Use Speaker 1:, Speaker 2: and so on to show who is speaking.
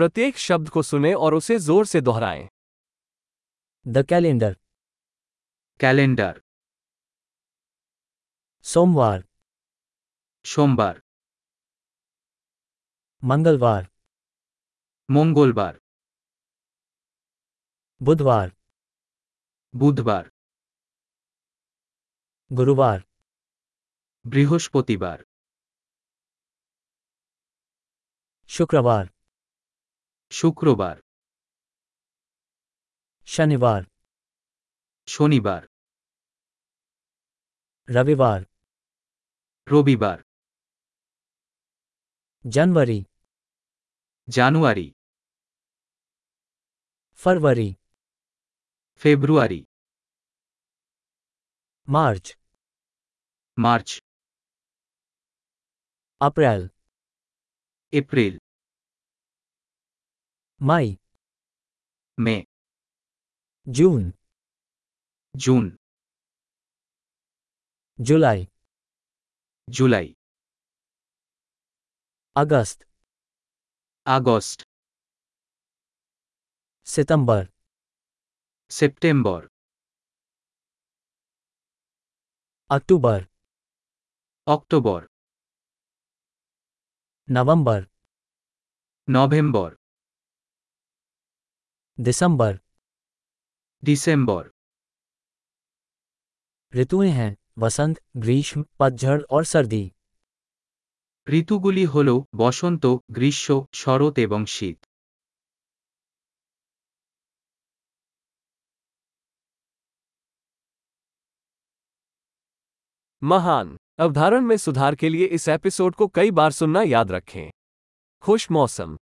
Speaker 1: प्रत्येक शब्द को सुने और उसे जोर से दोहराएं
Speaker 2: द कैलेंडर
Speaker 3: ক্যালেন্ডার
Speaker 2: सोमवार
Speaker 3: সোমবার
Speaker 2: मंगलवार
Speaker 3: মঙ্গলবার
Speaker 2: बुधवार
Speaker 3: বুধবার
Speaker 2: गुरुवार
Speaker 3: বৃহস্পতিবার
Speaker 2: शुक्रवार
Speaker 3: শুক্রবার
Speaker 2: शनिवार
Speaker 3: শনিবার
Speaker 2: रविवार
Speaker 3: রবিবার
Speaker 2: जनवरी
Speaker 3: জানুয়ারি
Speaker 2: फरवरी
Speaker 3: ফেব্রুয়ারি
Speaker 2: मार्च
Speaker 3: মার্চ
Speaker 2: अप्रैल
Speaker 3: এপ্রিল
Speaker 2: मई
Speaker 3: মে
Speaker 2: जून
Speaker 3: জুন
Speaker 2: जुलाई
Speaker 3: জুলাই
Speaker 2: अगस्त
Speaker 3: আগস্ট
Speaker 2: सितंबर
Speaker 3: সেপ্টেম্বর
Speaker 2: अक्टूबर
Speaker 3: অক্টোবর
Speaker 2: नवंबर
Speaker 3: নভেম্বর
Speaker 2: दिसंबर
Speaker 3: ডিসেম্বর
Speaker 2: ऋतुएं हैं वसंत ग्रीष्म पतझड़ और सर्दी
Speaker 3: ঋতুগুলি হল বসন্ত গ্রীষ্ম শরৎ এবং শীত
Speaker 1: महान अवधारण में सुधार के लिए इस एपिसोड को कई बार सुनना याद रखें खुश मौसम